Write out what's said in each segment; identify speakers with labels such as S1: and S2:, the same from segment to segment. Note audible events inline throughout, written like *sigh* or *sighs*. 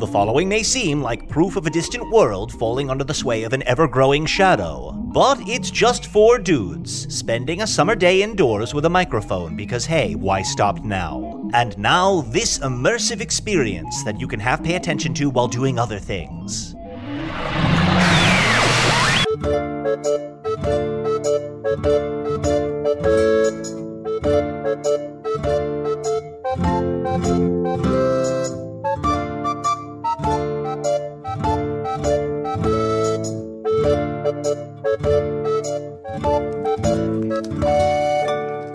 S1: The following may seem like proof of a distant world falling under the sway of an ever growing shadow, but it's just four dudes spending a summer day indoors with a microphone because hey, why stop now? And now, this immersive experience that you can half pay attention to while doing other things.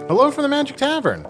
S2: Hello from the Magic Tavern,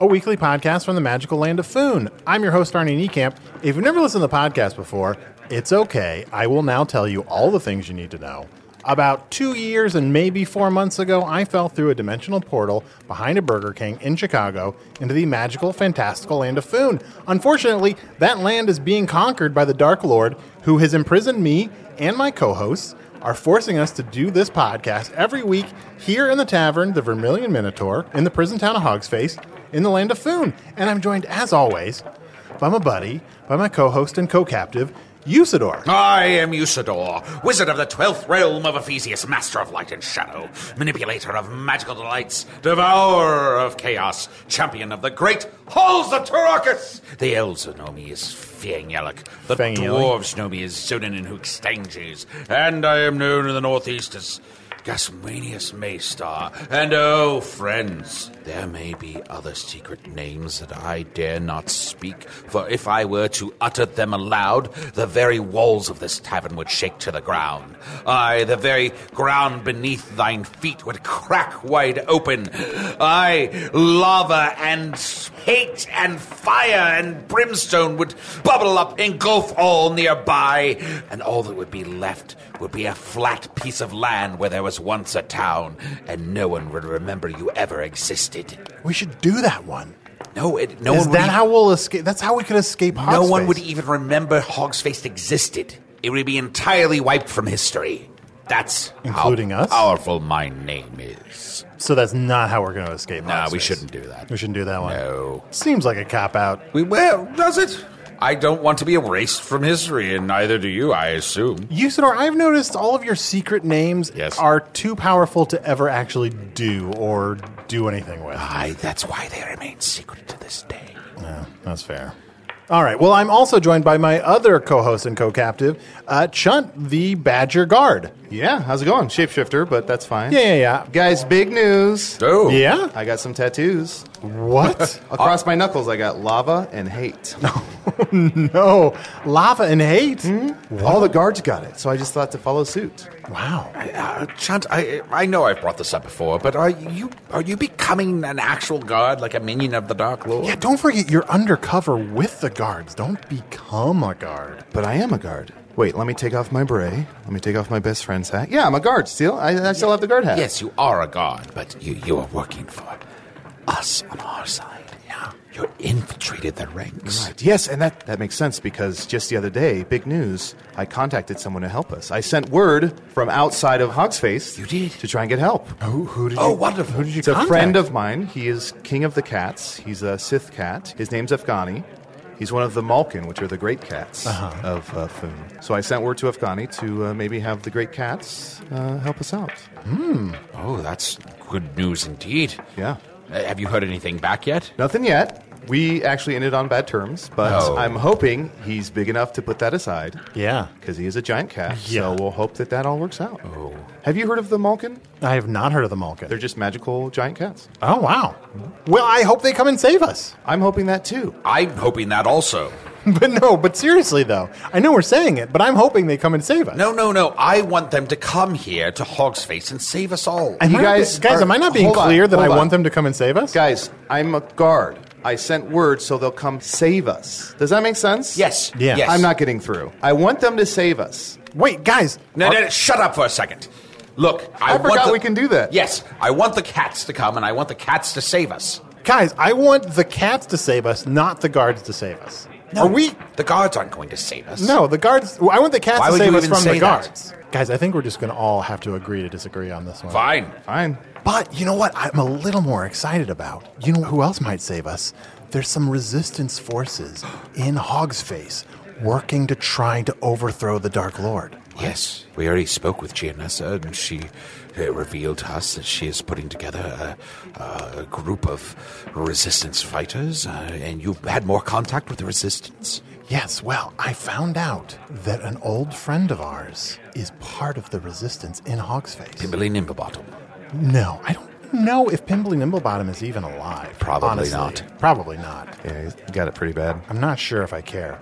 S2: a weekly podcast from the magical land of Foon. I'm your host, Arnie Niekamp. If you've never listened to the podcast before, it's okay. I will now tell you all the things you need to know. About two years and maybe four months ago, I fell through a dimensional portal behind a Burger King in Chicago into the magical, fantastical land of Foon. Unfortunately, that land is being conquered by the Dark Lord, who has imprisoned me and my co hosts are forcing us to do this podcast every week here in the tavern, the Vermilion Minotaur, in the prison town of Hogsface, in the land of Foon. And I'm joined, as always, by my buddy, by my co host and co captive, Usador.
S3: I am Usador, wizard of the twelfth realm of Ephesius, master of light and shadow, manipulator of magical delights, devourer of chaos, champion of the great halls of Tarakas. The elves know me as Fengelik, the
S2: Fengielic.
S3: dwarves know me as Zonin and Hookstanges, and I am known in the northeast as Gasmanius Maystar. And oh, friends, there may be other secret names that I dare not speak, for if I were to utter them aloud, the very walls of this tavern would shake to the ground. Aye, the very ground beneath thine feet would crack wide open. Aye, lava and hate and fire and brimstone would bubble up, engulf all nearby, and all that would be left would be a flat piece of land where there was once a town, and no one would remember you ever existed.
S2: We should do that one.
S3: No, it, no
S2: Is
S3: one.
S2: that
S3: would
S2: how we'll escape? That's how we could escape
S3: e-
S2: Hogsface.
S3: no one would even remember Hogsface existed. It would be entirely wiped from history. That's
S2: Including
S3: how
S2: us?
S3: Powerful, my name is.
S2: So that's not how we're going to escape
S3: Nah, we
S2: Hogsface.
S3: shouldn't do that.
S2: We shouldn't do that one.
S3: No.
S2: Seems like a cop out.
S3: We will. Does it? I don't want to be erased from history, and neither do you, I assume.
S2: Usador, I've noticed all of your secret names
S3: Yes.
S2: are too powerful to ever actually do or do anything with.
S3: Aye, that's why they remain secret to this day.
S2: That's fair. All right. Well, I'm also joined by my other co-host and co-captive, uh, Chunt the Badger Guard.
S4: Yeah, how's it going? Shapeshifter, but that's fine.
S2: Yeah, yeah,
S4: Guys, big news.
S3: Oh.
S2: yeah.
S4: I got some tattoos.
S2: Yeah.
S4: *laughs*
S2: What?
S4: Across my knuckles, I got lava and *laughs* hate.
S2: no, lava and hate.
S4: Hmm? All the guards got it, so I just thought to follow suit.
S2: Wow.
S3: Uh, Chant, I I know I've brought this up before, but are you are you becoming an actual god, like a minion of the Dark Lord?
S2: Yeah. Don't forget you're undercover with the guards. Don't become a guard.
S4: But I am a guard. Wait, let me take off my beret. Let me take off my best friend's hat. Yeah, I'm a guard still. I, I still have the guard hat.
S3: Yes, you are a god, but you you are working for us on our side. Yeah. You infiltrated the ranks.
S4: Right. Yes, and that, that makes sense because just the other day, big news, I contacted someone to help us. I sent word from outside of Hogsface.
S3: You did?
S4: To try and get help.
S2: Who, who did
S3: Oh,
S2: you,
S3: wonderful.
S2: Who did you
S4: It's a
S2: contact?
S4: friend of mine. He is king of the cats. He's a Sith cat. His name's Afghani. He's one of the Malkin, which are the great cats
S2: Uh-huh.
S4: of uh, Foon. So I sent word to Afghani to uh, maybe have the great cats uh, help us out.
S3: Oh, that's good news indeed.
S4: Yeah.
S3: Uh, have you heard anything back yet?
S4: Nothing yet. We actually ended on bad terms, but
S3: No.
S4: I'm hoping he's big enough to put that aside.
S2: Oh. Yeah.
S4: Because he is a giant cat,
S2: Yeah. Oh.
S4: so we'll hope that that all works out. Have you heard of the Malkin?
S2: I have not heard of the Malkin.
S4: They're just magical giant cats.
S2: oh, wow. Well, I hope they come and save us. *laughs*
S4: I'm hoping that too.
S3: I'm hoping that also.
S2: but no, but seriously, though, I know we're saying it, but I'm hoping they come and save us.
S3: No, no, no. I want them to come here to Hogsface and save us all.
S2: Am
S4: You
S2: I not-
S4: guys
S2: guys,
S4: are-
S2: am I not being
S4: hold on,
S2: clear that I
S4: hold on.
S2: want them to come and save us?
S4: Guys, I'm a guard. I sent word so they'll come save us. Does that make sense?
S3: yes.
S2: Yeah.
S3: Yes.
S4: I'm not getting through. I want them to save us.
S2: Wait, guys.
S3: No, no, no, shut up for a second. Look, I,
S4: I,
S3: want
S4: forgot
S3: the-
S4: we can do that.
S3: Yes, I want the cats to come, and I want the cats to save us.
S2: Guys, I want the cats to save us, not the guards to save us. Are we?
S3: The guards aren't going to save us.
S2: No, the guards. well, I want the cats
S3: Why
S2: to
S3: would
S2: save
S3: you
S2: us
S3: even
S2: from the
S3: say that?
S2: guards. Guys, I think we're just going to all have to agree to disagree on this one.
S3: Fine.
S4: Fine.
S2: But you know what? I'm a little more excited about. You know who else might save us? There's some resistance forces in Hog's Face working to try to overthrow the Dark Lord.
S3: Yes, we already spoke with Gianessa, and she uh, revealed to us that she is putting together a, a group of resistance fighters. Uh, and you've had more contact with the resistance?
S2: Yes, well, I found out that an old friend of oars is part of the resistance in Hog's Face.
S3: Billy Nimblebottom.
S2: No, I don't know if Pimbly Nimblebottom is even alive.
S3: Probably
S2: honestly.
S3: not.
S2: Probably not.
S4: Yeah, he got it pretty bad.
S2: I'm not sure if I care.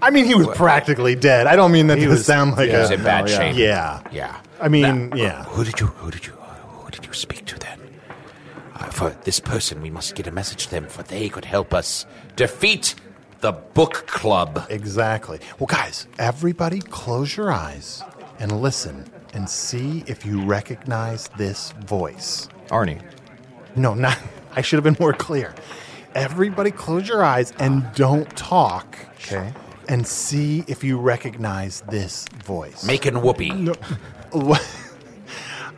S2: I mean, he was practically dead. I don't mean that to
S4: was-
S2: sound like
S3: He's
S2: a.
S3: in bad
S4: yeah.
S3: shape.
S2: Yeah.
S3: Yeah.
S2: I mean, yeah.
S3: Who did you? Who did you? Who did you speak to then? Uh, for this person, we must get a message to them, for they could help us defeat the book club.
S2: Exactly. Well, guys, everybody close your eyes and listen and see if you recognize this voice.
S4: Arnie.
S2: No, not. *laughs* I should have been more clear. Everybody close your eyes and don't talk.
S4: Okay.
S2: And see if you recognize this voice.
S3: Making whoopee.
S2: *laughs*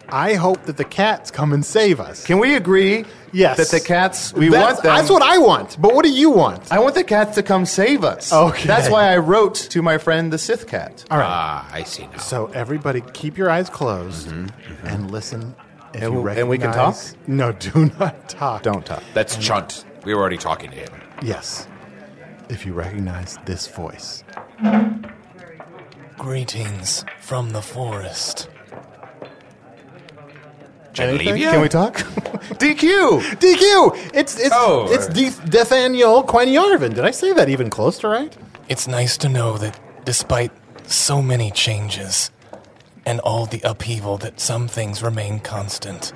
S2: I hope that the cats come and save us.
S4: Can we agree?
S2: yes.
S4: That the cats, we
S2: That's-
S4: want them.
S2: That's what I want. But what do you want?
S4: I want the cats to come save us.
S2: Okay.
S4: That's why I wrote to my friend the Sith cat.
S2: All right.
S3: Ah, I see now.
S2: So everybody, keep your eyes closed and listen. If
S4: Mm-hmm, And
S2: you
S4: w- and we can talk?
S2: recognize- No, do *laughs* not talk.
S4: Don't talk.
S3: That's Chunt. We were already talking to him.
S2: Yes. If you recognize this voice,
S5: Greetings from the forest.
S3: Genlevia?
S4: Can we talk?
S2: *laughs*
S4: DQ!
S2: DQ. It's it's
S3: Oh.
S2: it's D- Dethaniel Quinyarvin. Did I say that even close to right?
S5: It's nice to know that despite so many changes and all the upheaval that some things remain constant.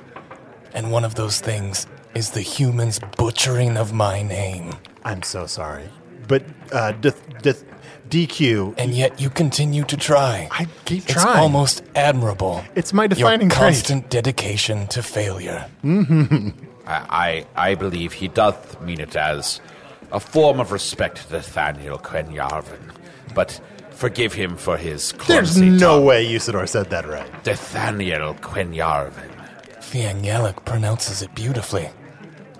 S5: And one of those things is the humans butchering of my name.
S2: I'm so sorry, but uh, Deth- Deth- DQ.
S5: And yet you continue to try.
S2: I keep
S5: It's
S2: trying.
S5: almost admirable.
S2: It's my defining
S5: Your
S2: trait.
S5: constant dedication to failure.
S3: I, I, I believe he doth mean it as a form of respect to Nathaniel Quenyarvin, but forgive him for his
S2: There's
S3: clumsy
S2: no
S3: tongue.
S2: way Usador said that right.
S3: Nathaniel Quenyarvin.
S5: Fiangelic pronounces it beautifully.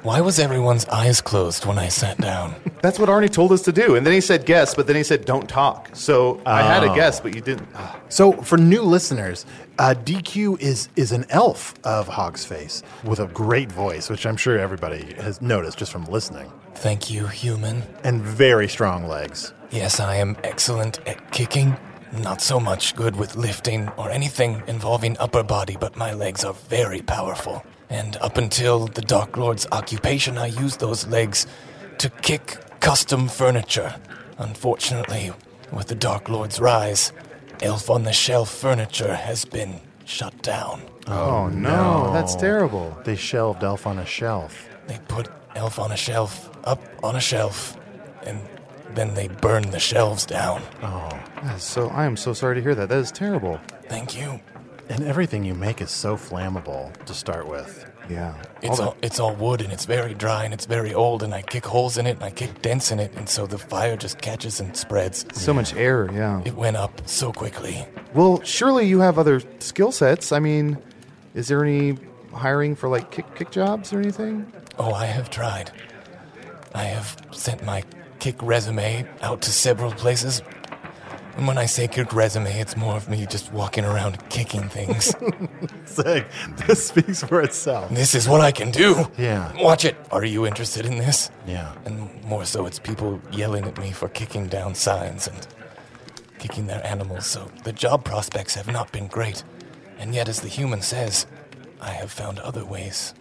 S5: Why was everyone's eyes closed when I sat
S2: *laughs*
S5: down?
S4: That's what Arnie told us to do. And then he said guess, but then he said don't talk. So I had a guess, but you didn't. Ah.
S2: So, for new listeners, uh, DQ is is an elf of Hog's Face with a great voice, which I'm sure everybody has noticed just from listening,
S5: Thank you, human.
S2: and very strong legs.
S5: Yes, I am excellent at kicking. Not so much good with lifting or anything involving upper body, but my legs are very powerful. And up until the Dark Lord's occupation, I used those legs to kick custom furniture. Unfortunately, with the Dark Lord's rise, Elf on the Shelf furniture has been shut down.
S4: Oh, no, that's terrible.
S2: They shelved Elf on a Shelf.
S5: They put Elf on a shelf, up on a shelf, and then they burned the shelves down.
S4: That's so I am so sorry to hear that. That is terrible.
S5: Thank you.
S2: And everything you make is so flammable to start with. *laughs*
S4: Yeah.
S5: It's
S4: All
S5: all, it's all wood and it's very dry and it's very old and I kick holes in it and I kick dents in it and so the fire just catches and spreads.
S4: the- so much air, yeah.
S5: It went up so quickly.
S4: Well, surely you have other skill sets. I mean, is there any hiring for like kick kick jobs or anything?
S5: Oh, I have tried. I have sent my kick resume out to several places. And when I say kick resume, it's more of me just walking around kicking things.
S2: It's like, this speaks for itself.
S5: this is what I can do.
S2: Yeah.
S5: Watch it. Are you interested in this?
S2: Yeah.
S5: And more so, it's people yelling at me for kicking down signs and kicking their animals, so the job prospects have not been great. And yet, as the human says, I have found other ways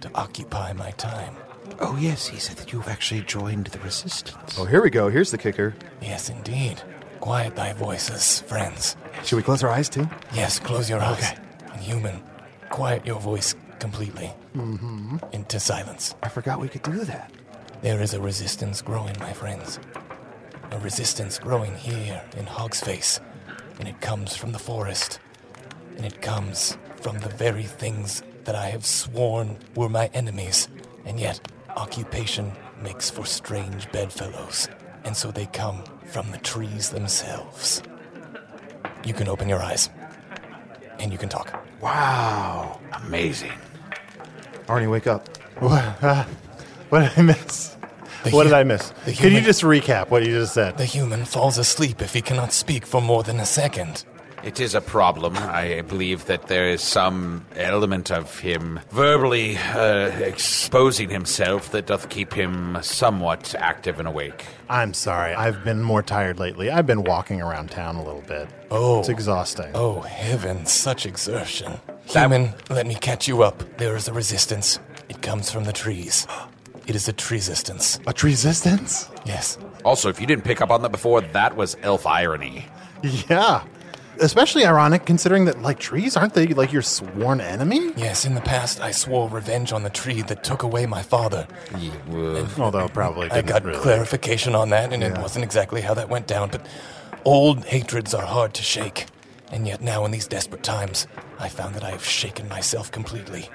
S5: to occupy my time.
S3: Oh, yes, he said that you've actually joined the resistance.
S4: Oh, here we go. Here's the kicker.
S5: Yes, indeed. Quiet thy voices, friends.
S4: Should we close our eyes too?
S5: Yes, close your eyes. And human, quiet your voice completely into silence.
S4: Mm-hmm. I forgot we could do that.
S5: There is a resistance growing, my friends. A resistance growing here in Hogsface. And it comes from the forest. And it comes from the very things that I have sworn were my enemies. And yet, occupation makes for strange bedfellows. And so they come from the trees themselves. You can open your eyes. And you can talk.
S4: Wow.
S3: Amazing.
S4: Arnie, wake up.
S2: What, uh, what did I miss? what
S5: hu-
S2: did I miss?
S5: the
S2: Could you
S5: human-
S2: just recap what you just said?
S5: The human falls asleep if he cannot speak for more than a second.
S3: It is a problem. I believe that there is some element of him verbally uh, exposing himself that doth keep him somewhat active and awake.
S2: I'm sorry. I've been more tired lately. I've been walking around town a little bit.
S5: Oh.
S2: It's exhausting.
S5: Oh, heaven, such exertion. Human, let me catch you up. There is a resistance. It comes from the trees. *gasps* It is a tree resistance.
S2: A tree resistance?
S5: Yes.
S3: Also, if you didn't pick up on that before, that was elf irony.
S2: *laughs* Yeah. Especially ironic considering that, like, trees aren't they like your sworn enemy?
S5: Yes, in the past I swore revenge on the tree that took away my father.
S3: uh,
S2: Although probably
S5: I
S2: didn't
S5: got
S2: really.
S5: clarification on that, and it wasn't exactly how that went down, but old hatreds are hard to shake. And yet now, in these desperate times, I found that I have shaken myself completely.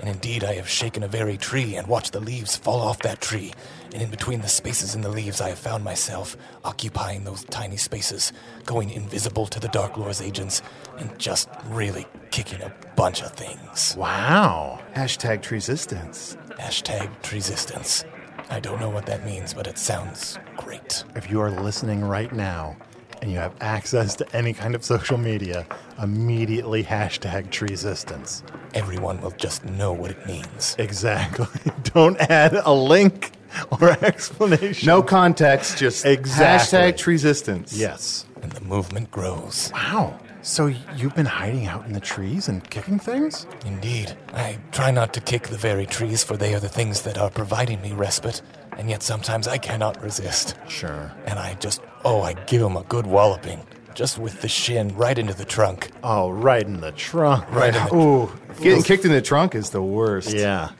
S5: And indeed, I have shaken a very tree and watched the leaves fall off that tree. And in between the spaces in the leaves, I have found myself occupying those tiny spaces, going invisible to the Dark Lord's agents, and just really kicking a bunch of things.
S2: Wow.
S4: Hashtag treesistence.
S5: Hashtag resistance. I don't know what that means, but it sounds great.
S2: If you are listening right now and you have access to any kind of social media, immediately hashtag tree resistance.
S5: everyone will just know what it means.
S2: Exactly. *laughs* Don't add a link or *laughs* explanation.
S4: No context, just
S2: Exactly.
S4: hashtag treesistence.
S2: Yes.
S5: And the movement grows.
S2: Wow. So you've been hiding out in the trees and kicking things?
S5: Indeed. I try not to kick the very trees, for they are the things that are providing me respite, and yet sometimes I cannot resist.
S2: Sure.
S5: And I just, oh, I give them a good walloping. Just with the shin right into the trunk.
S2: Oh, right in the trunk.
S5: Right in the-
S2: Ooh.
S4: Getting kicked in the trunk is the worst.
S2: Yeah.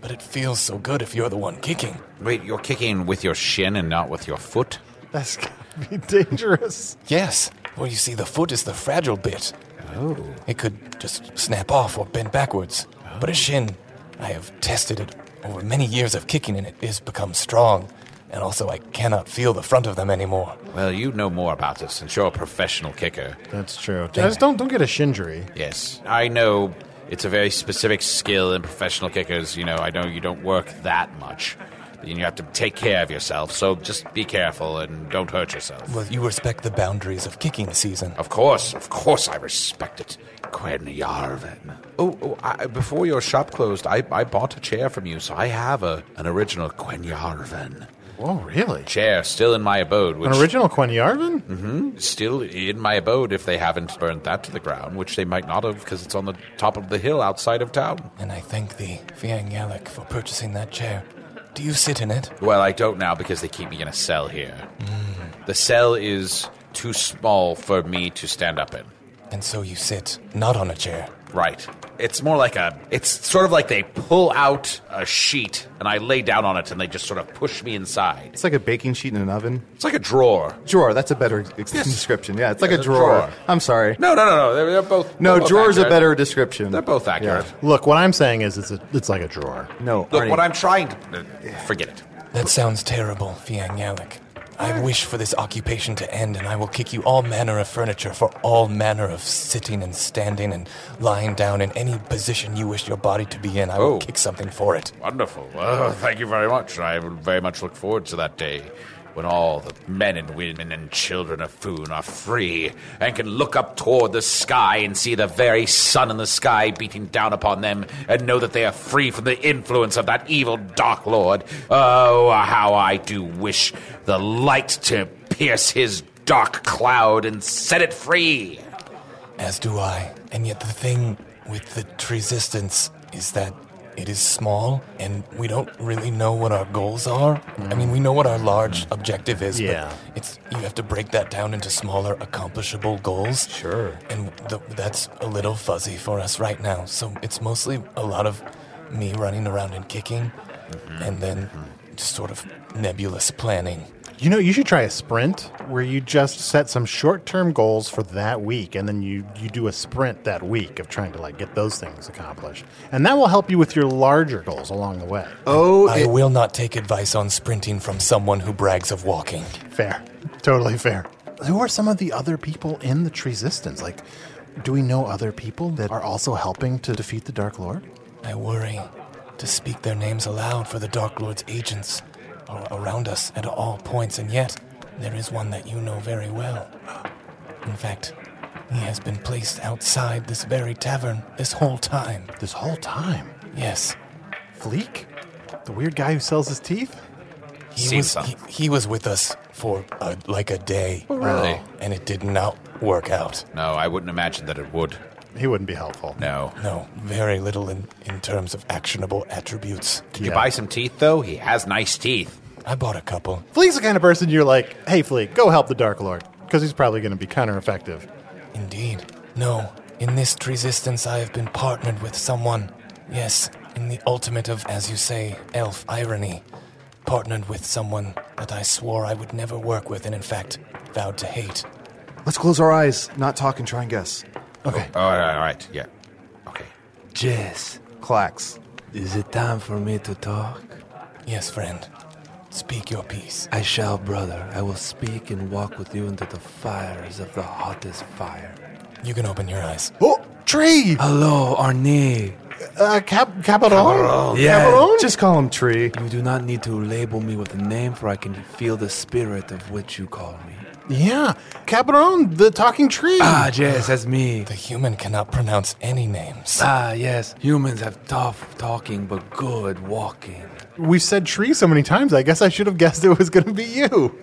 S5: But it feels so good if you're the one kicking.
S3: Wait, you're kicking with your shin and not with your foot?
S2: That's gonna be dangerous.
S5: Yes. Well, you see, the foot is the fragile bit. Oh. It could just snap off or bend backwards. But a shin, I have tested it over many years of kicking, and it is become strong. And also, I cannot feel the front of them anymore.
S3: Well, you know more about this since you're a professional kicker.
S2: That's true. Just don't don't get a shin injury.
S3: Yes, I know it's a very specific skill in professional kickers. You know, I know you don't work that much. And you have to take care of yourself, so just be careful and don't hurt yourself.
S5: Well, you respect the boundaries of kicking season.
S3: Of course, of course, I respect it. Quen Yarvin. Oh, oh I, before your shop closed, I, I bought a chair from you, so I have a, an original Quen Yarvin
S2: Whoa, Oh, really?
S3: chair still in my abode, which
S2: An original Quenyarvin?
S3: is still in my abode if they haven't burned that to the ground, which they might not have because it's on the top of the hill outside of town.
S5: And I thank thee, Fiang Yalek, for purchasing that chair. Do you sit in it?
S3: Well, I don't now because they keep me in a cell here. The cell is too small for me to stand up in.
S5: And so you sit, not on a chair.
S3: Right. It's more like a. It's sort of like they pull out a sheet and I lay down on it and they just sort of push me inside.
S4: It's like a baking sheet in an oven.
S3: It's like a drawer.
S4: Drawer. That's a better ex- description. Yeah, it's like
S3: Yeah,
S4: a
S3: a
S4: drawer.
S3: drawer.
S4: I'm sorry.
S3: No, no, no, no. They're, they're both.
S4: No,
S3: they're both
S4: drawer's a
S3: accurate.
S4: better description.
S3: They're both accurate.
S2: Look, what I'm saying is it's, a, it's like a drawer.
S4: No,
S3: Look,
S4: Arnie,
S3: what I'm trying to. uh, forget it.
S5: That sounds terrible, Fiang Yalik. I wish for this occupation to end, and I will kick you all manner of furniture for all manner of sitting and standing and lying down in any position you wish your body to be in. I will
S3: Oh.
S5: kick something for it.
S3: Wonderful. Oh, thank you very much. I will very much look forward to that day when all the men and women and children of Foon are free and can look up toward the sky and see the very sun in the sky beating down upon them and know that they are free from the influence of that evil Dark Lord. Oh, how I do wish the light to pierce his dark cloud and set it free.
S5: As do I. And yet, the thing with the resistance is that it is small, and we don't really know what our goals are. I mean, we know what our large objective is,
S2: Yeah.
S5: but it's you have to break that down into smaller, accomplishable goals. Sure. And th- that's a little fuzzy for us right now. So it's mostly a lot of me running around and kicking, and then just sort of nebulous planning.
S2: You know, you should try a sprint where you just set some short-term goals for that week, and then you you do a sprint that week of trying to like get those things accomplished, and that will help you with your larger goals along the way.
S4: Oh,
S5: I
S4: it-
S5: will not take advice on sprinting from someone who brags of walking.
S2: Fair, totally fair. Who are some of the other people in the Resistance? Like, do we know other people that are also helping to defeat the Dark Lord?
S5: I worry to speak their names aloud, for the Dark Lord's agents are around us at all points, and yet there is one that you know very well. In fact, he has been placed outside this very tavern this whole time.
S2: This whole time,
S5: Yes,
S2: Fleek, the weird guy who sells his teeth.
S5: he
S3: Seems
S5: was. He,
S3: so.
S5: he was with us for uh, like a day,
S3: Really?
S5: and it did not work out.
S3: No, I wouldn't imagine that it would.
S2: He wouldn't be helpful.
S3: No.
S5: No, very little in, in terms of actionable attributes.
S3: Did you buy some teeth, though? He has nice teeth.
S5: I bought a couple.
S2: Fleek's the kind of person you're like, hey, Fleek, go help the Dark Lord because he's probably going to be counter-effective.
S5: Indeed. No, in this resistance, I have been partnered with someone. Yes, in the ultimate of, as you say, elf irony. Partnered with someone that I swore I would never work with and, in fact, vowed to hate.
S4: let's close our eyes, not talk, and try and guess.
S3: All right, all right, yeah. Okay.
S6: Jess,
S4: Clacks.
S6: is it time for me to talk?
S5: Yes, friend. Speak your piece.
S6: I shall, brother. I will speak and walk with you into the fires of the hottest fire.
S5: You can open your eyes.
S2: Oh, tree!
S6: Hello, Arne.
S2: Uh, Cap- Cabaron?
S6: Yeah.
S2: Cabaron?
S4: Just call him Tree.
S6: You do not need to label me with a name, for I can feel the spirit of which you call me.
S2: yeah. Cabaron, the talking tree.
S6: Ah, yes, that's me.
S5: The human cannot pronounce any names.
S6: Ah, yes. Humans have tough talking but good walking.
S2: We've said tree so many times, I guess I should have guessed it was going to be you.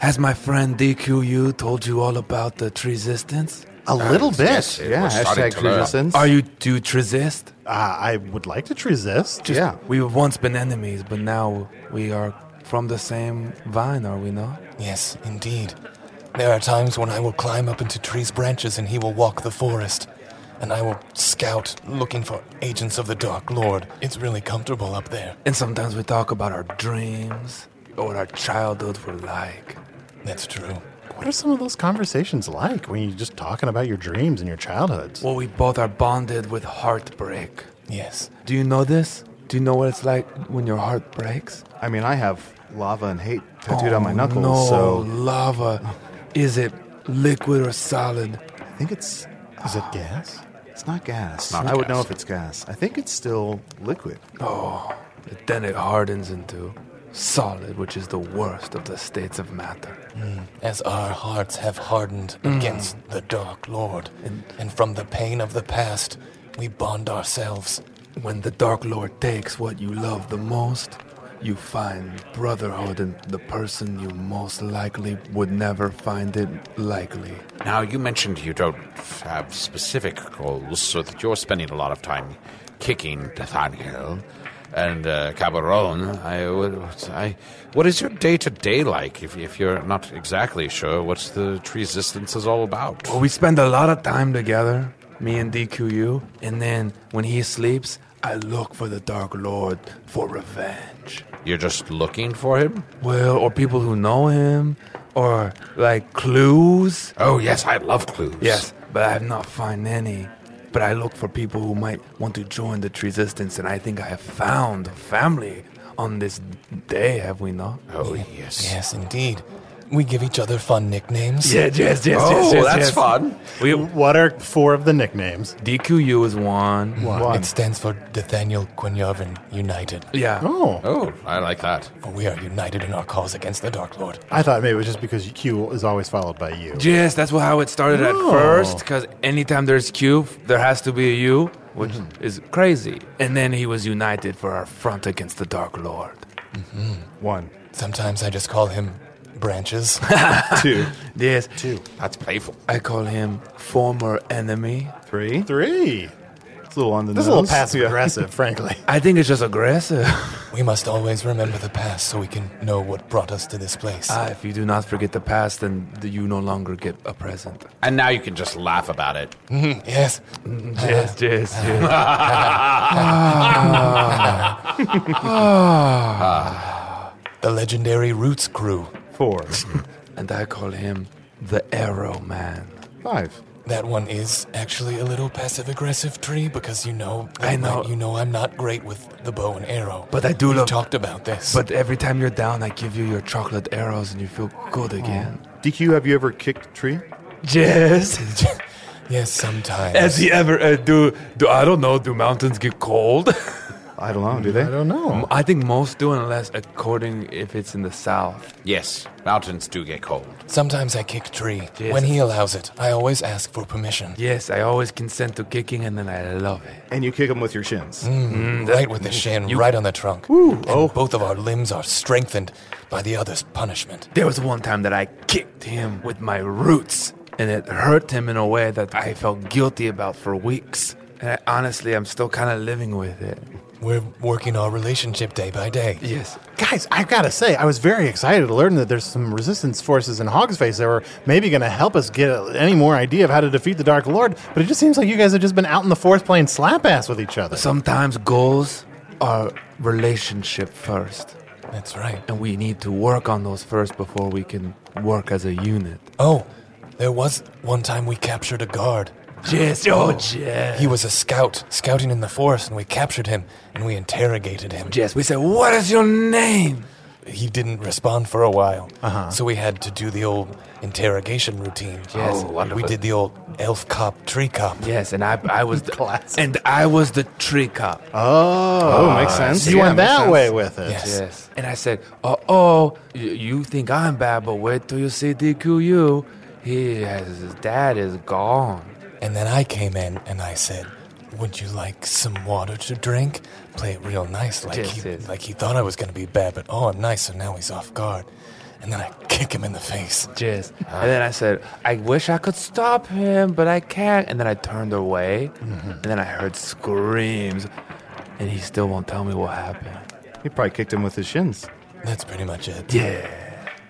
S6: Has my friend DQU told you all about the resistance?
S4: Uh,
S2: A little bit.
S3: yes, it-
S4: Yeah,
S3: We're starting
S4: hashtag
S3: to learn.
S4: resistance.
S6: Are you do you resist?
S2: Uh, I would like to resist.
S6: Just-
S4: Yeah.
S6: We have once been enemies, but now we are from the same vine, are we not?
S5: Yes, indeed. There are times when I will climb up into trees' branches and he will walk the forest. And I will scout looking for agents of the Dark Lord. It's really comfortable up there.
S6: And sometimes we talk about our dreams or what our childhoods were like.
S5: That's true.
S2: What are some of those conversations like when you're just talking about your dreams and your childhoods?
S6: Well, we both are bonded with heartbreak.
S5: Yes.
S6: Do you know this? Do you know what it's like when your heart breaks?
S4: I mean, I have lava and hate tattooed on my
S6: Oh,
S4: knuckles,
S6: No,
S4: so
S6: lava. Is it liquid or solid?
S4: I think it's
S2: Is it gas?
S4: it's not gas.
S3: not
S4: I would know
S3: gas.
S4: if it's gas. I think it's still liquid.
S6: Then it hardens into solid, which is the worst of the states of matter.
S5: Mm, As our hearts have hardened
S6: Mm.
S5: against the Dark Lord, and, from the pain of the past, we bond ourselves.
S6: When the Dark Lord takes what you love the most, you find brotherhood in the person you most likely would never find it likely.
S3: Now, you mentioned you don't have specific goals, so that you're spending a lot of time kicking Nathaniel. and uh, Cabaron. I, would- I, what is your day to day like if, if you're not exactly sure what the tree resistance is all about?
S6: Well, we spend a lot of time together, me and DQU, and then when he sleeps, I look for the Dark Lord for revenge.
S3: You're just looking for him?
S6: Well, or people who know him, or like clues.
S3: Oh, yes, I love clues.
S6: Yes, but I have not found any. But I look for people who might want to join the resistance, and I think I have found a family on this day, have we not?
S3: Oh, yes.
S5: Yes, indeed. We give each other fun nicknames.
S6: Yes, yes, yes,
S3: Oh,
S6: yes, yes.
S3: that's
S6: yes.
S3: fun.
S6: We,
S2: What are four of the nicknames?
S6: DQU is one.
S5: It stands for Nathaniel Quinyarvin United.
S6: Yeah.
S2: Oh,
S3: Oh, I like that.
S5: For we are united in our cause against the Dark Lord.
S2: I thought maybe it was just because Q is always followed by U.
S6: Yes, that's what- how it started
S2: No.
S6: at first. Because anytime there's Q, there has to be a U, which is crazy. And then he was united for our front against the Dark Lord.
S4: One,
S5: Sometimes I just call him
S6: *laughs*
S5: Branches.
S4: *laughs* two,
S6: Yes,
S3: That's playful.
S6: I call him former enemy.
S4: three.
S2: Three.
S4: It's a little on the
S2: That's a
S4: nose.
S2: little passive
S4: Yeah.
S2: aggressive, *laughs* frankly.
S6: I think it's just aggressive.
S5: we must always remember the past so we can know what brought us to this place.
S6: ah, if you do not forget the past, then th- you no longer get a present.
S3: And now you can just laugh about it.
S5: yes.
S6: Yes, yes, yes.
S5: The legendary Roots crew.
S4: Four,
S6: *laughs* and I call him the Arrow Man.
S4: five.
S5: That one is actually a little passive aggressive tree because you know
S6: I know.
S5: you know I'm not great with the bow and arrow.
S6: But I do
S5: We've
S6: love-
S5: talked about this.
S6: But every time you're down, I give you your chocolate arrows and you feel good again.
S4: DQ, have you ever kicked tree?
S6: *laughs* Yes.
S5: yes, sometimes.
S6: Has he ever uh, do do I don't know? Do mountains get *laughs* cold?
S4: I don't know. Do they?
S2: I don't know.
S6: I think most do, unless according if it's in the south.
S3: Yes, mountains do get cold.
S5: Sometimes I kick tree
S6: Yes.
S5: when he allows it. I always ask for permission.
S6: Yes, I always consent to kicking, and then I love it.
S4: And you kick them with your shins.
S5: Right with the shin, right on the trunk. and both of our limbs are strengthened by the other's punishment.
S6: There was one time that I kicked him with my roots, and it hurt him in a way that I felt guilty about for weeks. And I, honestly, I'm still kind of living with it.
S5: We're working our relationship day by day.
S6: Yes.
S2: Guys, I've got to say, I was very excited to learn that there's some resistance forces in Hogsface that were maybe going to help us get any more idea of how to defeat the Dark Lord, but it just seems like you guys have just been out in the forest playing slap ass with each other.
S6: Sometimes goals are relationship first,
S5: That's right.
S6: and we need to work on those first before we can work as a unit.
S5: Oh, there was one time we captured a guard.
S6: Yes. Oh, yes.
S5: He was a scout, scouting in the forest, and we captured him and we interrogated him.
S6: Yes, we said, What is your name?
S5: He didn't respond for a while, so we had to do the old interrogation routine.
S6: Yes.
S5: We did the old elf cop, tree cop.
S6: Yes, and I, I was the,
S2: Classic.
S6: and I was the tree cop.
S2: oh,
S4: Oh,
S3: Ah,
S4: makes sense.
S2: you
S4: Yeah,
S2: went
S4: makes
S2: that
S4: sense.
S2: way with it.
S5: Yes.
S6: Yes, and I said, "Oh, oh, y- you think I'm bad, but wait till you see DQU. He has his dad is gone.
S5: And then I came in and I said, "Would you like some water to drink?" Play it real nice, like
S6: Yes,
S5: he
S6: yes.
S5: like he thought I was gonna be bad, but oh, I'm nice, so now he's off guard. And then I kick him in the face.
S6: Yes, and then I said, "I wish I could stop him, but I can't." And then I turned away, and then I heard screams, and he still won't tell me what happened.
S4: He probably kicked him with his shins.
S5: That's pretty much it.
S6: Yeah,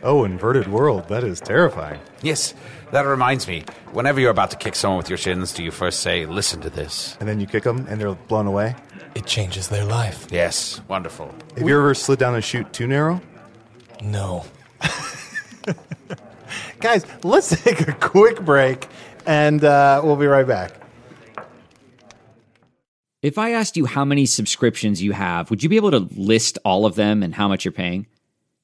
S4: Oh, inverted world. That is terrifying.
S3: Yes, that reminds me. Whenever you're about to kick someone with your shins, do you first say, listen to this?
S4: And then you kick them, and they're blown away.
S5: It changes their life.
S3: Yes, wonderful.
S4: Have you ever slid down a chute too narrow?
S5: No.
S2: Guys, let's *laughs* take a quick break, and uh, we'll be right back.
S7: If I asked you how many subscriptions you have, would you be able to list all of them and how much you're paying?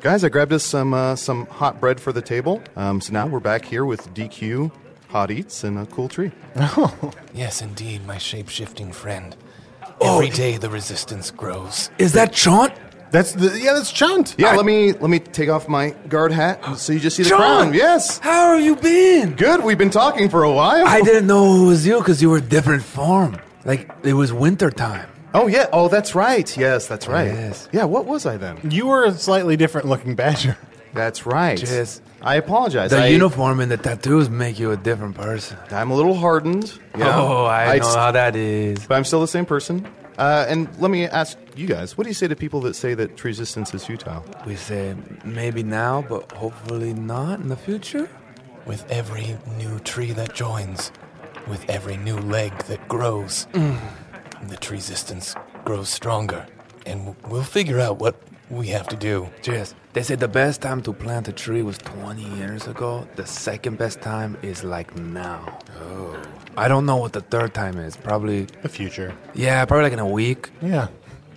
S4: Guys, I grabbed us some uh, some hot bread for the table. Um, so now we're back here with DQ, hot eats, and a cool tree.
S5: Yes, indeed, my shape shifting friend. Every day the resistance grows.
S6: Oh, Is that Chaunt?
S2: That's the, yeah, that's Chunt.
S4: Yeah, let me let me take off my guard hat so you just see the
S6: John!
S4: crown. Yes,
S6: How have you been?
S4: good. We've been talking for a while.
S6: I didn't know it was you because you were a different form. Like, it was winter time.
S4: oh yeah. Oh, that's right. Yes, that's right.
S6: Yes.
S4: Yeah. What was I then?
S2: You were a slightly different looking badger. *laughs*
S4: That's right.
S6: Yes.
S4: I apologize.
S6: The
S4: I,
S6: uniform and the tattoos make you a different person.
S4: I'm a little hardened. Yeah.
S6: *laughs* Oh, I, know
S4: s-
S6: how that is.
S4: But I'm still the same person. Uh, and let me ask you guys: What do you say to people that say that resistance is futile?
S6: We say maybe now, but hopefully not in the future.
S5: With every new tree that joins, with every new leg that grows,
S3: Mm.
S5: the tree resistance grows stronger. And w- we'll figure out what we have to do.
S6: Cheers. They say the best time to plant a tree was 20 years ago. The second best time is like now. Oh. I don't know what the third time is. Probably,
S2: The future.
S6: yeah, probably like in a week.
S2: Yeah.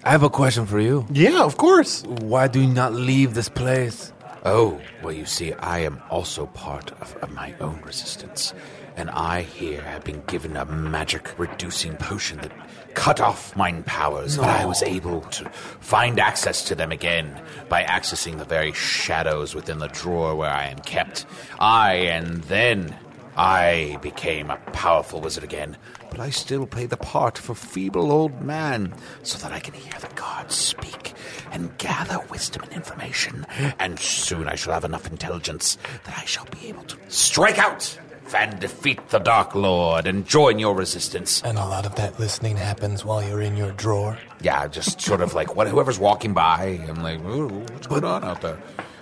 S6: I have a question for you.
S2: Yeah, of course.
S6: Why do you not leave this place?
S3: Oh, well, you see, I am also part of, of my own resistance. And I here have been given a magic reducing potion that cut off mine powers, but I was able to find access to them again by accessing the very shadows within the drawer where I am kept. I and then I became a powerful wizard again, but I still play the part of a feeble old man so that I can hear the gods speak and gather wisdom and information. And soon I shall have enough intelligence that I shall be able to strike out and defeat the Dark Lord and join your resistance.
S5: And a lot of that listening happens while you're in your drawer.
S3: Yeah, just sort of like what, whoever's walking by, I'm like, "Ooh, what's going on out there?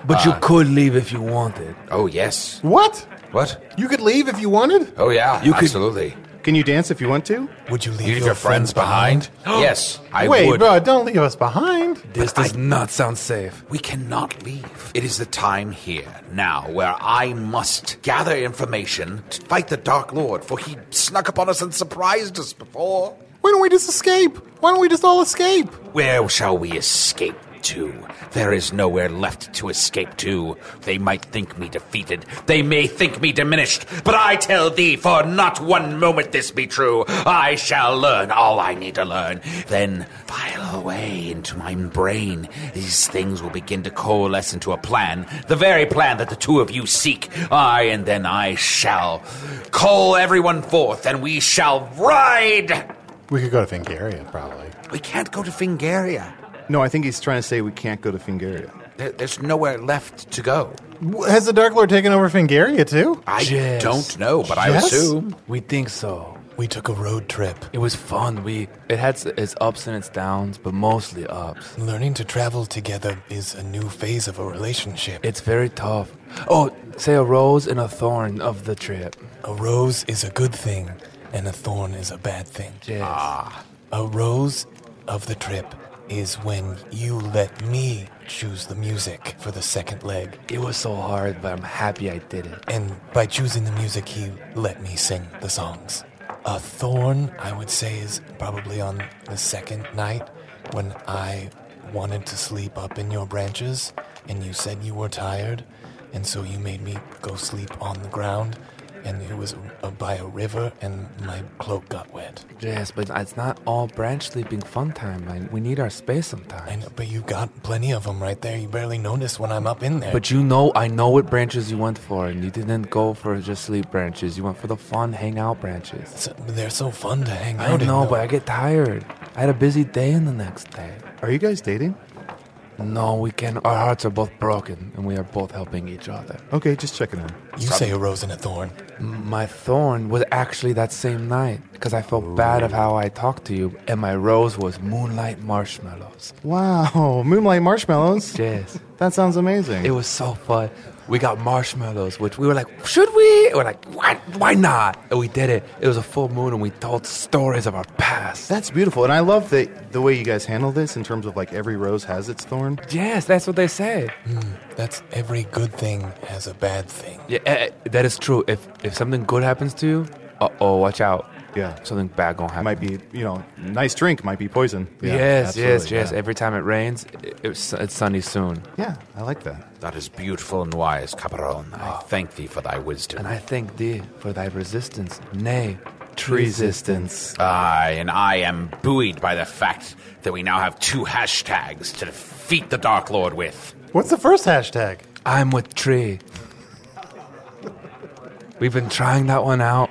S6: But you could leave if you wanted.
S3: Oh, yes.
S2: What?
S3: What?
S2: You could leave if you wanted?
S3: Oh, yeah,
S6: You could-
S3: absolutely.
S4: Can you dance if you want to?
S5: Would you leave,
S3: You leave your friends behind? yes, I
S2: Wait,
S3: would.
S2: bro, don't leave us behind.
S6: This does not sound safe.
S3: We cannot leave. It is the time here, now, where I must gather information to fight the Dark Lord, for he snuck upon us and surprised us before.
S2: Why don't we just escape? Why don't we just all escape?
S3: Where shall we escape to? There is nowhere left to escape to. They might think me defeated. They may think me diminished. But I tell thee, for not one moment this be true. I shall learn all I need to learn. Then file away into my brain. These things will begin to coalesce into a plan. The very plan that the two of you seek. Aye, and then I shall call everyone forth, and we shall ride!
S2: We could go to Fingaria, probably.
S3: We can't go to Fingaria.
S4: No, I think he's trying to say we can't go to Fingaria.
S3: There, there's nowhere left to go.
S2: W- Has the Dark Lord taken over Fingaria, too?
S3: I
S6: Yes.
S3: don't know, but I
S2: Yes?
S3: assume.
S6: We think so.
S5: We took a road trip.
S6: It was fun. We it had s- its ups and its downs, but mostly ups.
S5: Learning to travel together is a new phase of a relationship.
S6: It's very tough. Oh, say a rose and a thorn of the trip.
S5: A rose is a good thing, and a thorn is a bad thing.
S6: Yes.
S5: A rose of the trip is when you let me choose the music for the second leg.
S6: It was so hard, but I'm happy I did it.
S5: And by choosing the music, he let me sing the songs. A thorn, I would say, is probably on the second night when I wanted to sleep up in your branches and you said you were tired. And so you made me go sleep on the ground. And it was uh, by a river and my cloak got wet.
S6: Yes, but it's not all branch sleeping fun time. Like, we need our space
S5: I
S6: sometimes.
S5: know, but you got plenty of them right there. You barely notice when I'm up in there.
S6: But you know, I know what branches you went for, and you didn't go for just sleep branches. You went for the fun hangout branches.
S5: So- they're so fun to hang out.
S6: I don't
S5: in,
S6: know,
S5: though.
S6: but I get tired. I had a busy day and the next day.
S4: Are you guys dating?
S6: No, we can. Our hearts are both broken, and we are both helping each other.
S4: Okay, just checking in.
S5: You say a rose and a thorn.
S6: My thorn was actually that same night because I felt bad of how I talked to you, and my rose was moonlight marshmallows.
S4: Wow, moonlight marshmallows.
S6: Yes.
S4: That sounds amazing.
S6: It was so fun. We got marshmallows, which we were like, should we? We're like, why, why not? And we did it. It was a full moon, and we told stories of our past.
S4: That's beautiful, and I love the the way you guys handle this in terms of like every rose has its thorn.
S6: Yes, that's what they say.
S5: That's every good thing has a bad thing.
S6: Yeah, eh, eh, that is true. If if something good happens to you, uh oh, watch out.
S4: Yeah,
S6: something bad gonna happen.
S4: Might be, you know, nice drink might be poison. Yeah,
S6: yes, yes,
S4: absolutely,
S6: yes.
S4: yeah.
S6: Every time it rains, it, it's, it's sunny soon.
S4: Yeah, I like that.
S3: That is beautiful and wise, Caparon. I thank thee for thy wisdom.
S6: Ah. And I thank thee for thy resistance, nay,
S4: Resistance.
S3: Aye, and I am buoyed by the fact that we now have two hashtags to defeat the Dark Lord with.
S2: What's the first hashtag?
S6: I'm with Tree. We've been trying that one out,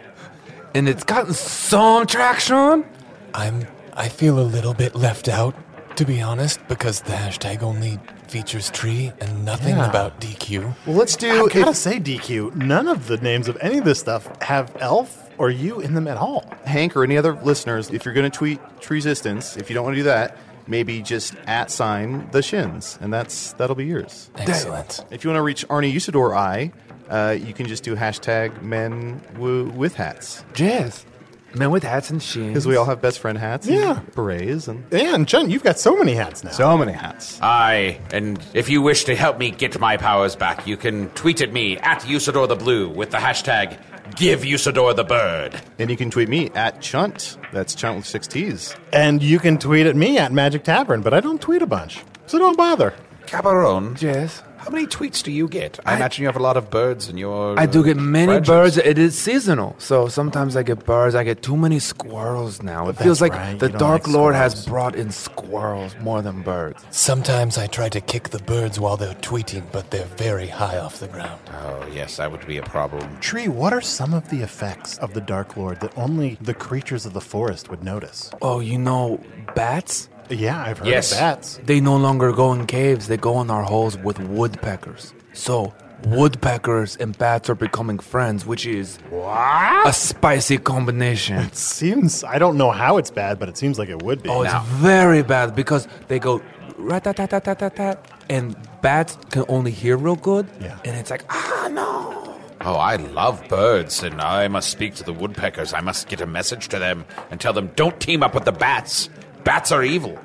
S6: and it's gotten some traction.
S5: I'm I feel a little bit left out, to be honest, because the hashtag only features tree and nothing
S2: Yeah.
S5: about DQ.
S4: Well, let's
S2: I
S4: do.
S2: gotta
S4: if-
S2: say, DQ, none of the names of any of this stuff have elf or you in them at all.
S4: Hank or any other listeners, if you're going to tweet resistance, if you don't want to do that, maybe just at sign the shins, and that's that'll be yours.
S5: Excellent.
S4: If you want to reach Arnie Usador, I, uh, you can just do hashtag men w- with hats
S6: Jazz, men with hats and shins.
S4: because we all have best friend hats, and
S2: Yeah.
S4: berets, and
S2: And Chen, you've got so many hats now.
S4: so many hats.
S3: Aye, and if you wish to help me get my powers back, you can tweet at me at Usador the Blue with the hashtag Give Usador the Bird.
S4: And you can tweet me at chunt. That's chunt with six T's.
S2: and you can tweet at me at Magic Tavern, but I don't tweet a bunch, so don't bother.
S3: Caparon,
S6: Jazz.
S3: how many tweets do you get? I, imagine you have a lot of birds in your.
S6: I do
S3: uh,
S6: get many
S3: branches.
S6: birds. It is seasonal, so sometimes I get birds. I get too many squirrels now. It feels like
S2: right,
S6: the
S2: you don't
S6: Dark
S2: like
S6: Lord has
S2: squirrels.
S6: brought in squirrels more than birds.
S5: Sometimes I try to kick the birds while they're tweeting, but they're very high off the ground.
S3: Oh, yes, that would be a problem.
S2: Tree, what are some of the effects of the Dark Lord that only the creatures of the forest would notice?
S6: Oh, you know, bats?
S2: Yeah, I've heard
S3: Yes.
S2: of bats.
S6: They no longer go in caves. They go in our holes with woodpeckers. So woodpeckers and bats are becoming friends, which is a spicy combination.
S2: Seems I don't know how it's bad, but it seems like it would be.
S6: Oh, it's very bad because they go rat tat tat tat tat tat, and bats can only hear real good.
S2: Yeah.
S6: And it's like ah no.
S3: Oh, I love birds, and I must speak to the woodpeckers. I must get a message to them and tell them don't team up with the bats. Bats are evil,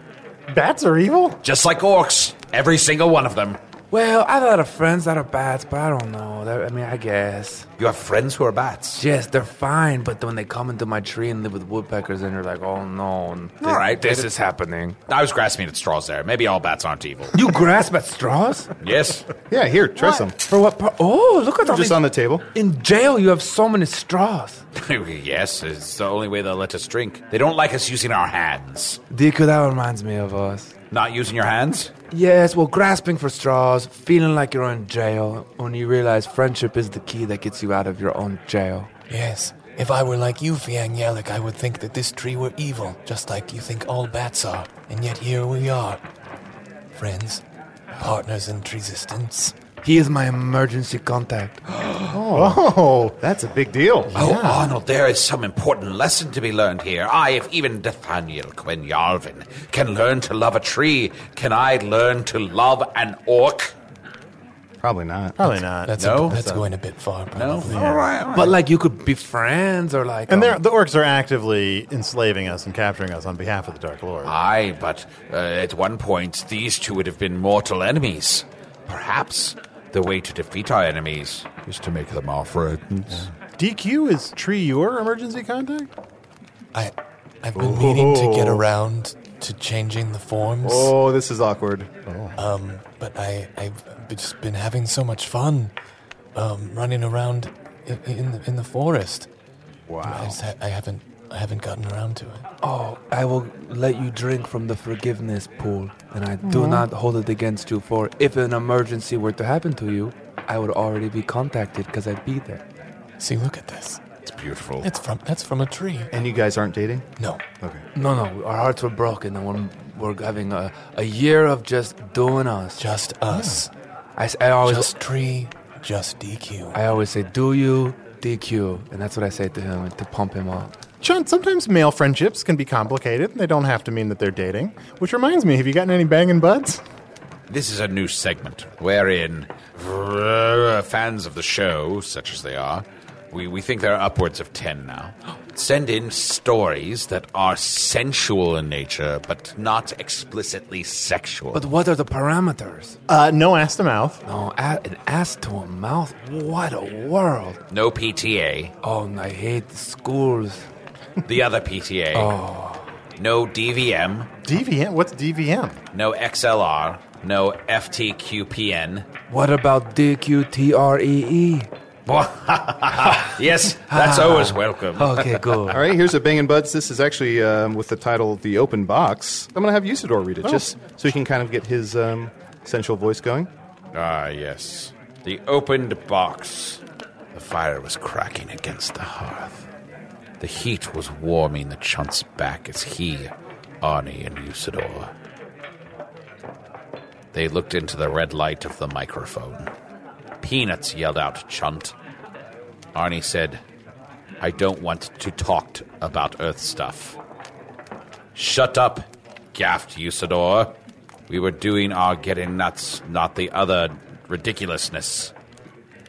S2: bats are evil.
S3: just like orcs. Every single one of them.
S6: Well, I have a lot of friends that are bats, but I don't know. They're- I mean, I guess.
S3: You have friends who are bats.
S6: Yes, they're fine, but when they come into my tree and live with woodpeckers, and you're like, oh no. This,
S3: All right,
S6: This
S3: David.
S6: is happening.
S3: I was grasping at straws there. Maybe all bats aren't *laughs* evil.
S6: You grasp at straws?
S3: yes. *laughs*
S4: Yeah, here, try some.
S6: For what? Par- oh, look at all
S4: Just
S6: these.
S4: on the table.
S6: in jail, you have so many straws.
S3: yes, it's the only way they'll let us drink. They don't like us using our hands.
S6: Dico, that reminds me of us.
S3: Not using your hands?
S6: Yes, well, grasping for straws, feeling like you're in jail, when you realize friendship is the key that gets you out of your own jail.
S5: Yes. If I were like you, Fiang Yalik, I would think that this tree were evil, just like you think all bats are. And yet here we are. Friends, partners in resistance.
S6: He is my emergency contact.
S4: Oh, that's a big deal.
S3: Oh, Arnold, there is some important lesson to be learned here. I, if even Nathaniel Quenyalvin can learn to love a tree, can I learn to love an orc?
S4: Probably not.
S2: Probably not.
S5: That's,
S3: No,
S5: a, that's, going a bit far, probably.
S3: All right, all right.
S6: But like, you could be friends or like.
S2: and
S6: um,
S2: they're, the orcs are actively enslaving us and capturing us on behalf of the Dark Lord.
S6: Ah.
S3: Aye, but uh, at one point, these two would have been mortal enemies. Perhaps the way to defeat our enemies is to make them our friends.
S2: DQ is Tree your emergency contact?
S5: I, I've been meaning to get around to changing the forms,
S4: Oh, this is awkward.
S5: but I, I've b- just been having so much fun um, running around in, in, the, in the forest. Wow. I, just ha- I, haven't, I haven't gotten around to it.
S6: Oh, I will let you drink from the forgiveness pool, and I do not hold it against you. For if an emergency were to happen to you, I would already be contacted because I'd be there.
S5: See, look at this.
S2: It's
S3: beautiful.
S5: It's from that's from a tree.
S4: And you guys aren't dating?
S5: No.
S4: Okay.
S6: No, no, our hearts were broken, and we're, we're having a, a year of just doing us.
S5: Just us.
S6: I, s- I always
S5: Just tree, just DQ.
S6: I always say, "Do you DQ?" And that's what I say to him to pump him up.
S2: Sean, sometimes male friendships can be complicated and they don't have to mean that they're dating. Which reminds me, have you gotten any banging buds?
S3: This is a new segment wherein uh, fans of the show, such as they are, we, we think there are upwards of 10 now, *gasps* send in stories that are sensual in nature but not explicitly sexual.
S6: But what are the parameters?
S2: Uh, no ass to mouth.
S6: No, a- an ass to a mouth. What a world!
S3: No PTA.
S6: Oh, and I hate schools.
S3: The other PTA. No DVM.
S2: DVM? What's DVM?
S3: No XLR. No FTQPN.
S6: What about
S5: E
S6: DQTREE?
S3: *laughs* yes, that's always welcome.
S6: Okay, cool.
S4: All right, here's a Bangin' Buds. This is actually um, with the title The Open Box. I'm going to have Usador read it just so he can kind of get his um, sensual voice going.
S3: Ah, yes. The opened box. The fire was cracking against the hearth. The heat was warming the chunt's back as he, Arnie, and Usador. They looked into the red light of the microphone. Peanuts yelled out, Chunt. Arnie said, I don't want to talk t- about Earth stuff. Shut up, gaffed Usador. We were doing our getting nuts, not the other ridiculousness.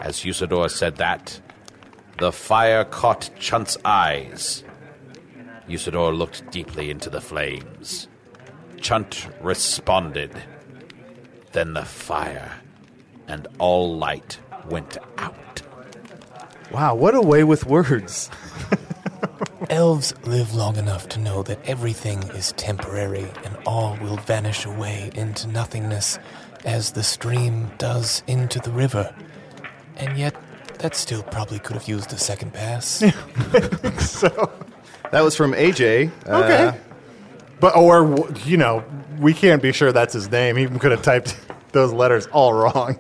S3: As Usador said that, the fire caught Chunt's eyes. Usador looked deeply into the flames. Chunt responded. Then the fire and all light went out.
S4: Wow, what a way with
S2: *laughs*
S4: words.
S5: Elves live long enough to know that everything is temporary and all will vanish away into nothingness as the stream does into the river. And yet, that still probably could have used a second pass.
S4: That was from AJ. Uh,
S2: Okay. but, or, w- you know, we can't be sure that's his name. He could have typed *laughs* those letters all wrong.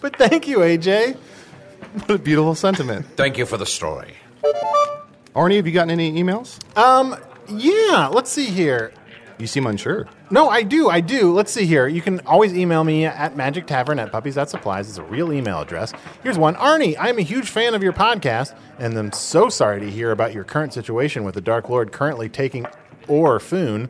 S2: But thank you, AJ.
S4: What a beautiful sentiment.
S3: Thank you for the story.
S4: Arnie, have you gotten any emails?
S2: Um, yeah, let's see here.
S4: You seem unsure.
S2: No, I do. I do. Let's see here. You can always email me at magic tavern at puppies supplies. It's a real email address. Here's one. Arnie, I'm a huge fan of your podcast, and I'm so sorry to hear about your current situation with the Dark Lord currently taking Orfoon.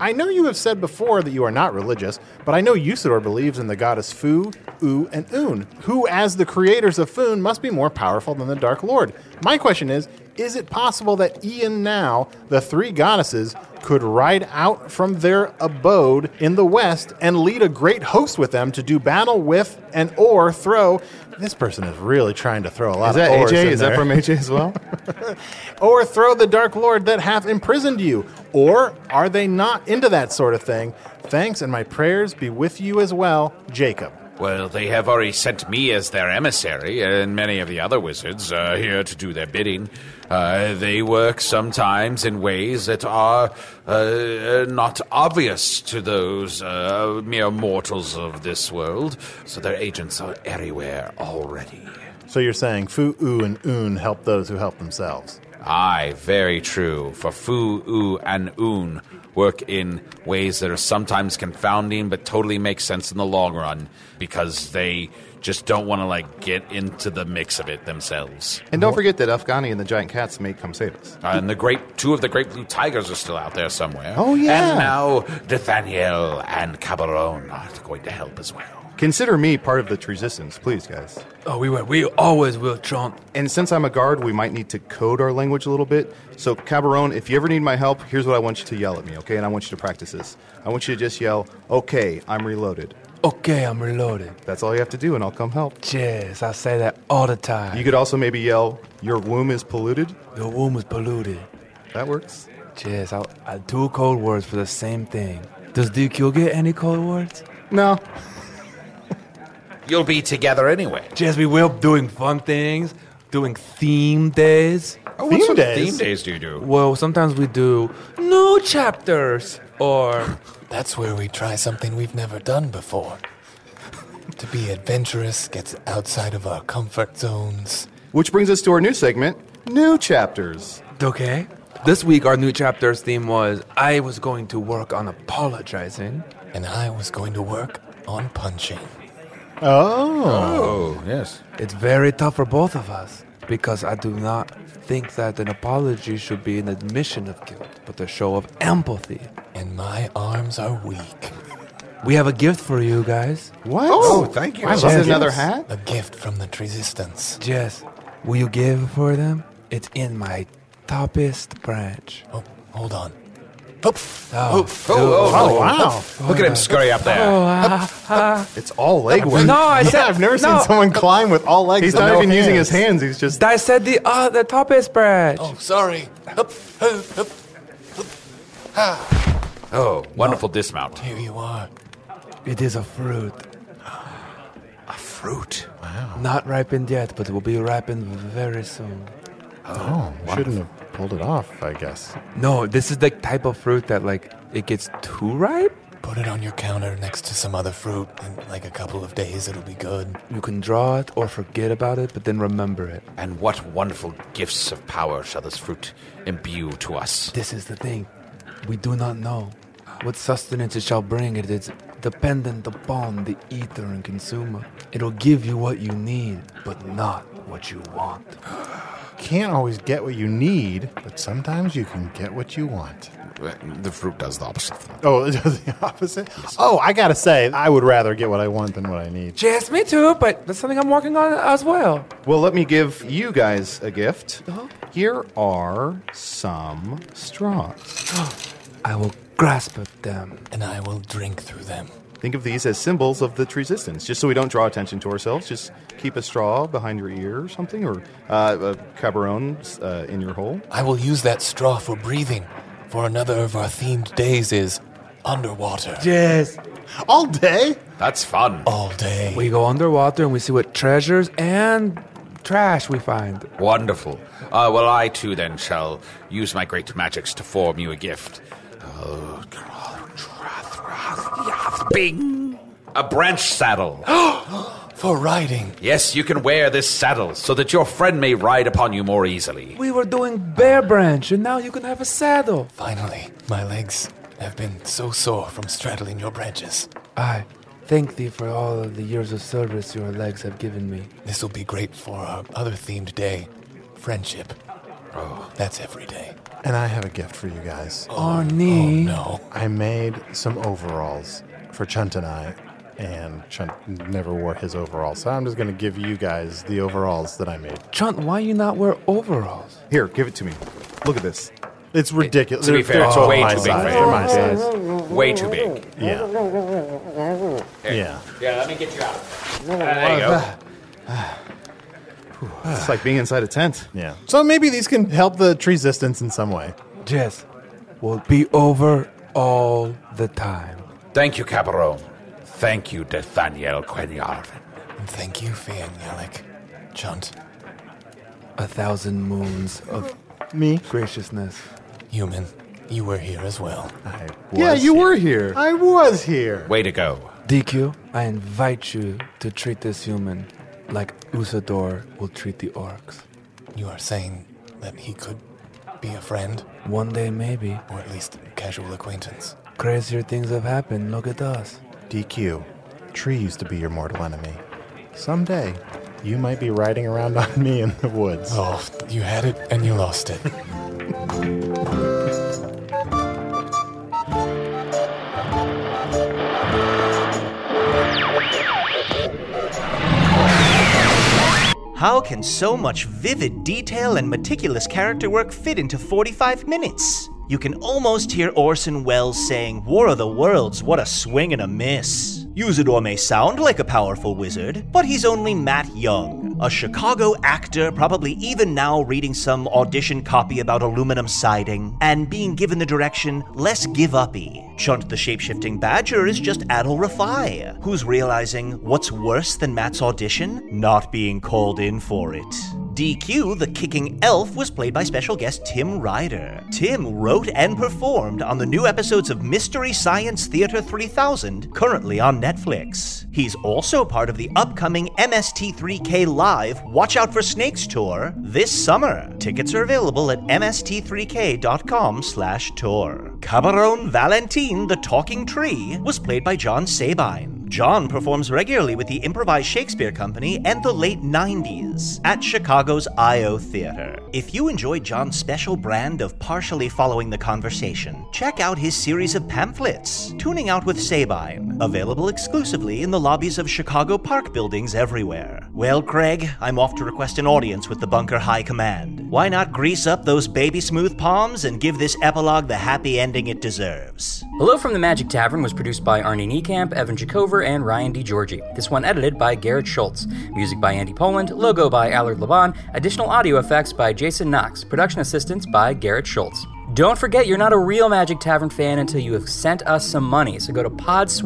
S2: I know you have said before that you are not religious, but I know Usador believes in the goddess Fu, U, and Un, who, as the creators of Foon, must be more powerful than the Dark Lord. My question is Is it possible that Ian now, the three goddesses, could ride out from their abode in the west and lead a great host with them to do battle with and or throw? This person is really trying to throw a lot
S4: Is that
S2: of ors
S4: AJ?
S2: in
S4: Is that
S2: there
S4: from AJ as well?
S2: or throw the Dark Lord that hath imprisoned you? Or are they not into that sort of thing? Thanks, and my prayers be with you as well, Jacob.
S3: Well, they have already sent me as their emissary, and many of the other wizards are here to do their bidding. Uh, they work sometimes in ways that are uh, not obvious to those uh, mere mortals of this world, so their agents are everywhere already.
S2: So you're saying Fu, Oo, and Un help those who help themselves.
S3: Aye, very true. For Fu, U, and Un work in ways that are sometimes confounding but totally make sense in the long run because they just don't want to like get into the mix of it themselves.
S4: and don't forget that Afghani and the giant cats may come save us.
S3: Uh, and the great two of the great blue tigers are still out there somewhere.
S4: Oh, yeah.
S3: And now Nathaniel and Cabaron are going to help as well.
S4: Consider me part of the resistance, please, guys.
S6: Oh, we were, we always will, Trump.
S4: And since I'm a guard, we might need to code our language a little bit. So, Cabaron, if you ever need my help, here's what I want you to yell at me, okay? And I want you to practice this. I want you to just yell, okay, I'm reloaded.
S6: Okay, I'm reloaded.
S4: That's all you have to do, and I'll come help.
S6: Yes, I say that all the time.
S4: You could also maybe yell, your womb is polluted.
S6: *laughs* Your womb is polluted.
S4: That works.
S6: Yes, I, I two code words for the same thing. Does DQ get any code words?
S4: No.
S3: You'll be together anyway.
S6: Yes, we will doing fun things, doing theme days.
S3: Oh,
S2: Theme days?
S3: theme days do you do?
S6: Well, sometimes we do new chapters or
S5: *laughs* That's where we try something we've never done before. to be adventurous gets outside of our comfort zones.
S4: Which brings us to our new segment, New chapters.
S6: Okay. This week, our new chapter's theme was I was going to work on apologizing. And I was going to work on punching.
S2: Oh.
S6: Oh, yes. It's very tough for both of us because I do not think that an apology should be an admission of guilt, but a show of empathy.
S5: And my arms are weak.
S6: We have a gift for you guys.
S4: What? Oh, thank you. I love
S6: Yes.
S4: another hat.
S5: A gift from the Resistance.
S6: Yes. Will you give for them? It's in my toppest branch.
S5: Oh, hold on.
S6: Oh,
S3: oh, oh, wow. Look at him
S6: Oh,
S3: scurry up there.
S6: Oh, ah, ah.
S4: It's all leg work.
S6: No,
S2: *laughs*
S6: I said
S4: oh, I've never
S6: no.
S4: seen someone climb with all legs.
S6: He's
S4: and
S6: not
S4: no
S6: even using
S4: hands.
S6: his
S4: hands. He's just.
S6: I said the uh, the toppest branch.
S5: Oh, sorry. Hup, hup, hup, hup. Ah,
S3: Oh, wonderful dismount.
S5: here you are.
S6: It is a fruit.
S3: A fruit.
S6: Wow. Not ripened yet, but will be ripened very soon.
S2: Oh, shouldn't have pulled it off, I guess.
S6: No, this is the type of fruit that like it gets too ripe.
S5: Put it on your counter next to some other fruit. In like a couple of days, it'll be good.
S6: You can draw it or forget about it, but then remember it.
S3: And what wonderful gifts of power shall this fruit imbue to us?
S6: This is the thing. We do not know what sustenance it shall bring. It is dependent upon the eater and consumer. It'll give you what you need, but not what you want.
S2: Can't always get what you need, but sometimes you can get what you want.
S3: The fruit does the opposite. thing.
S2: Oh, *laughs* it does the opposite? Oh, I gotta say, I would rather get what I want than what I need.
S6: Yes, me too, but that's something I'm working on as well.
S4: Well, let me give you guys a gift.
S3: Uh-huh.
S4: Here are some straws.
S6: I will grasp at them.
S5: And I will drink through them.
S4: Think of these as symbols of the resistance, just so we don't draw attention to ourselves. Just keep a straw behind your ear or something, or uh, a cabaron uh, in your hole.
S5: I will use that straw for breathing. For another of our themed days is underwater.
S6: Yes.
S2: All day?
S3: That's fun.
S5: All day.
S6: We go underwater and we see what treasures and trash we find.
S3: Wonderful. Uh, well, I too then shall use my great magics to form you a gift. Oh, Bing! A branch saddle. *gasps*
S5: For riding.
S3: yes, you can wear this saddle so that your friend may ride upon you more easily.
S6: We were doing bear branch, and now you can have a saddle.
S5: Finally, my legs have been so sore from straddling your branches.
S6: I thank thee for all of the years of service your legs have given me.
S5: This will be great for our other themed day friendship. Oh. That's every day.
S2: And I have a gift for you guys.
S3: Oh,
S6: Arnie.
S5: No.
S2: I made some overalls for Chunt and I, and Chunt never wore his overalls, so I'm just gonna give you guys the overalls that I made.
S6: Chunt, why you not wear overalls?
S4: Here, give it to me. Look at this.
S2: It's ridiculous.
S3: to be
S2: They're-
S3: fair,
S2: they're
S3: it's
S2: totally
S3: way
S2: my
S3: too big
S2: size.
S3: for
S2: They're
S3: him.
S2: my size.
S3: Way too big.
S2: Yeah. Yeah.
S3: Yeah, let me get you out. there you go.
S2: *sighs*
S4: It's like being inside a tent.
S2: Yeah. So maybe these can help the resistance in some way.
S6: Jess, will be over all the time.
S3: Thank you, Cabaron. Thank you, Nathaniel Quenyarvin.
S5: And thank you, Fian Yalik. Chunt,
S6: A thousand moons of
S2: Me?
S6: graciousness. Uh,
S5: human, you were here as well.
S2: I
S4: Yeah,
S2: was
S4: you
S2: here.
S4: were here.
S2: I was here.
S3: Way to go.
S6: DQ, I invite you to treat this human like Usador will treat the orcs.
S5: You are saying that he could be a friend,
S6: One day, maybe,
S5: or at least casual acquaintance.
S6: crazier things have happened. Look at us.
S2: DQ, tree used to be your mortal enemy. Someday, you might be riding around on me in the woods.
S5: Oh, you had it and you lost it.
S1: How can so much vivid detail and meticulous character work fit into 45 minutes? You can almost hear Orson Welles saying, War of the Worlds, what a swing and a miss. Usador may sound like a powerful wizard, but he's only Matt Young, a Chicago actor, probably even now reading some audition copy about aluminum siding, and being given the direction, less give uppy. Chunt the shapeshifting badger is just Adol Rafai, who's realizing what's worse than Matt's audition? Not being called in for it. DQ, the kicking elf, was played by special guest Tim Ryder. Tim wrote and performed on the new episodes of Mystery Science Theater 3000, currently on Netflix. He's also part of the upcoming MST3K Live Watch Out for Snakes tour this summer. Tickets are available at mst3k.com slash tour. Cabaron Valentin, the talking tree, was played by John Sabine. John performs regularly with the Improvised Shakespeare Company and the late 90s at Chicago's I.O. Theater. If you enjoy John's special brand of partially following the conversation, check out his series of pamphlets, Tuning Out with Sabine, available exclusively in the lobbies of Chicago park buildings everywhere. Well, Craig, I'm off to request an audience with the Bunker High Command. Why not grease up those baby smooth palms and give this epilogue the happy ending it deserves?
S8: Hello from the Magic Tavern was produced by Arnie Niekamp, Evan Jacover, and Ryan DiGiorgi. This one edited by Garrett Schultz. Music by Andy Poland, logo by Allard Laban, additional audio effects by Jason Knox, production assistance by Garrett Schultz. Don't forget, you're not a real Magic Tavern fan until you have sent us some money. So go to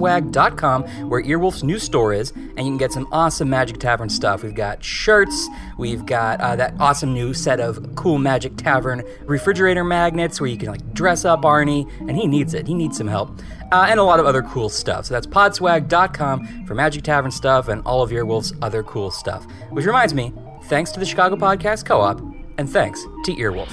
S8: podswag.com, where Earwolf's new store is, and you can get some awesome Magic Tavern stuff. We've got shirts, we've got uh, that awesome new set of cool Magic Tavern refrigerator magnets, where you can like dress up Arnie, and he needs it. He needs some help, uh, and a lot of other cool stuff. So that's podswag.com for Magic Tavern stuff and all of Earwolf's other cool stuff. Which reminds me, thanks to the Chicago Podcast Co-op, and thanks to Earwolf.